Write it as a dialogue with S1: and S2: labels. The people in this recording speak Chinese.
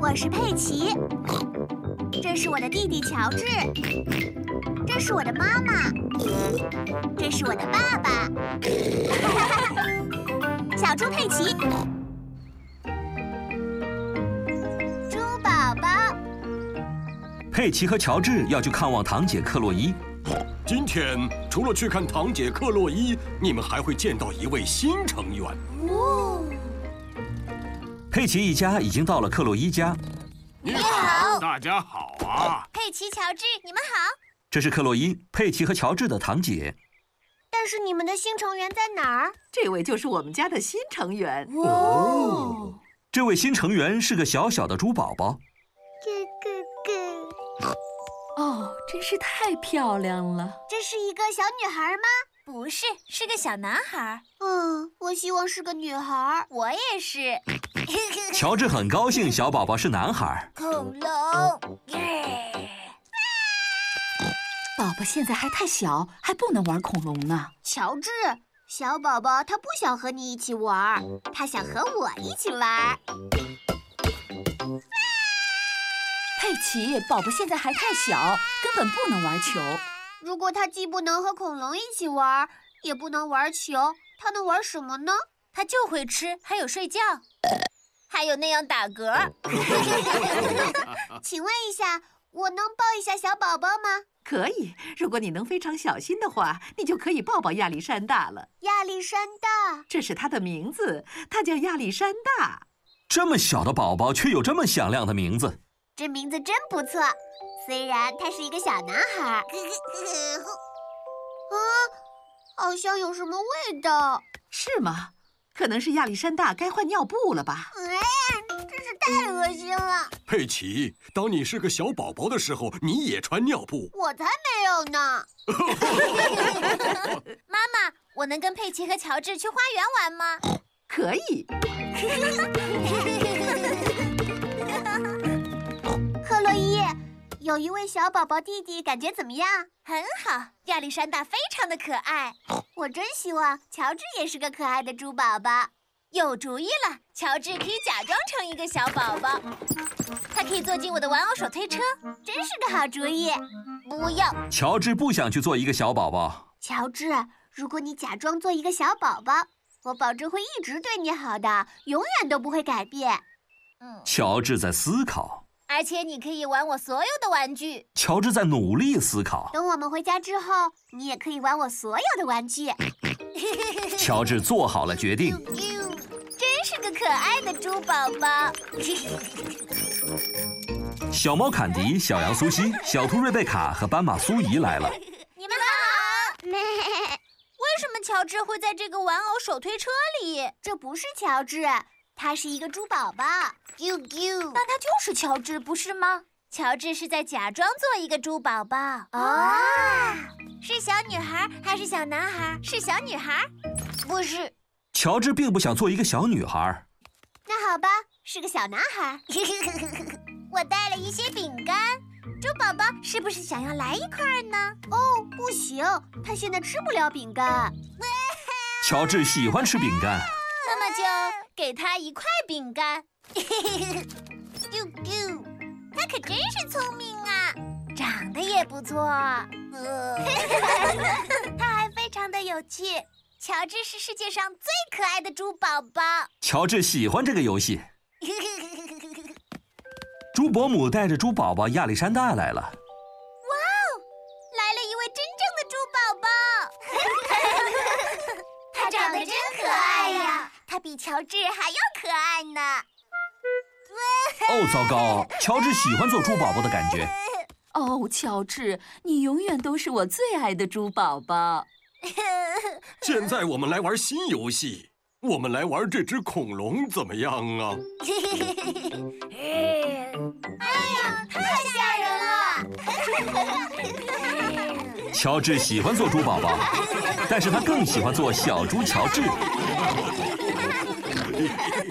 S1: 我是佩奇，这是我的弟弟乔治，这是我的妈妈，这是我的爸爸。 小猪佩奇，猪宝宝，
S2: 佩奇和乔治要去看望堂姐克洛伊。
S3: 今天除了去看堂姐克洛伊，你们还会见到一位新成员。
S1: 哦，
S2: 佩奇一家已经到了克洛伊家，
S3: 你
S1: 好
S4: 大家好啊！
S1: 佩奇、乔治，你们好。
S2: 这是克洛伊、佩奇和乔治的堂姐。
S1: 但是你们的新成员在哪儿？
S5: 这位就是我们家的新成员，
S1: 哦，
S2: 这位新成员是个小小的猪宝宝，
S1: 咯咯咯，
S6: 哦，真是太漂亮了！
S1: 这是一个小女孩吗？不是，是个小男孩。嗯，我希望是个女孩。我也是。
S2: 乔治很高兴小宝宝是男孩。
S1: 恐龙，耶！
S6: 宝宝现在还太小，还不能玩恐龙呢。
S1: 乔治，小宝宝他不想和你一起玩儿，他想和我一起玩儿。
S6: 佩奇，宝宝现在还太小，根本不能玩球。
S1: 如果他既不能和恐龙一起玩儿，也不能玩球，他能玩什么呢？他就会吃，还有睡觉，还有那样打嗝。 请问一下，我能抱一下小宝宝吗？
S5: 可以。如果你能非常小心的话，你就可以抱抱亚历山大了。
S1: 亚历山大，
S5: 这是他的名字，他叫亚历山大。
S2: 这么小的宝宝却有这么响亮的名字，
S1: 这名字真不错，虽然他是一个小男孩。 啊，好像有什么味道。
S5: 是吗？可能是亚历山大该换尿布了吧？
S1: 哎呀，真是太恶心了！
S3: 佩奇，当你是个小宝宝的时候，你也穿尿布。
S1: 我才没有呢。妈妈，我能跟佩奇和乔治去花园玩吗？
S5: 可以。
S1: 克洛伊，有一位小宝宝弟弟，感觉怎么样？很好，亚历山大非常的可爱。我真希望乔治也是个可爱的猪宝宝。有主意了，乔治可以假装成一个小宝宝，他可以坐进我的玩偶手推车，真是个好主意。不要，
S2: 乔治不想去做一个小宝宝。
S1: 乔治，如果你假装做一个小宝宝，我保证会一直对你好的，永远都不会改变。嗯，
S2: 乔治在思考，
S1: 而且你可以玩我所有的玩具。
S2: 乔治在努力思考。
S1: 等我们回家之后，你也可以玩我所有的玩具。
S2: 乔治做好了决定，
S1: 真是个可爱的猪宝宝。
S2: 小猫坎迪、小羊苏西、小兔瑞贝卡和斑马苏怡来了。
S1: 你们好。为什么乔治会在这个玩偶手推车里？这不是乔治，他是一个猪宝宝。啾啾，但他就是乔治，不是吗？乔治是在假装做一个猪宝宝。啊，是小女孩还是小男孩？是小女孩，不是。
S2: 乔治并不想做一个小女孩，
S1: 那好吧，是个小男孩。 我带了一些饼干，猪宝宝是不是想要来一块儿呢？哦，不行，他现在吃不了饼干。
S2: 乔治喜欢吃饼干。
S1: 那么就给他一块饼 干。丢丢，他可真是聪明啊，长得也不错。呃， 他还非常的有趣。乔治是世界上最可爱的猪宝宝。
S2: 乔治喜欢这个游戏。猪伯母带着猪宝宝亚历山大来了。
S1: 来了一位真正的猪宝宝，他长得真可爱呀，他比乔治还要可爱呢。
S2: 哦，糟糕！乔治喜欢做猪宝宝的感觉。
S6: 哦，乔治，你永远都是我最爱的猪宝宝。
S3: 现在我们来玩新游戏，我们来玩这只恐龙怎么样啊？
S1: 哎太吓人了！
S2: 乔治喜欢做猪宝宝，但是他更喜欢做小猪乔治。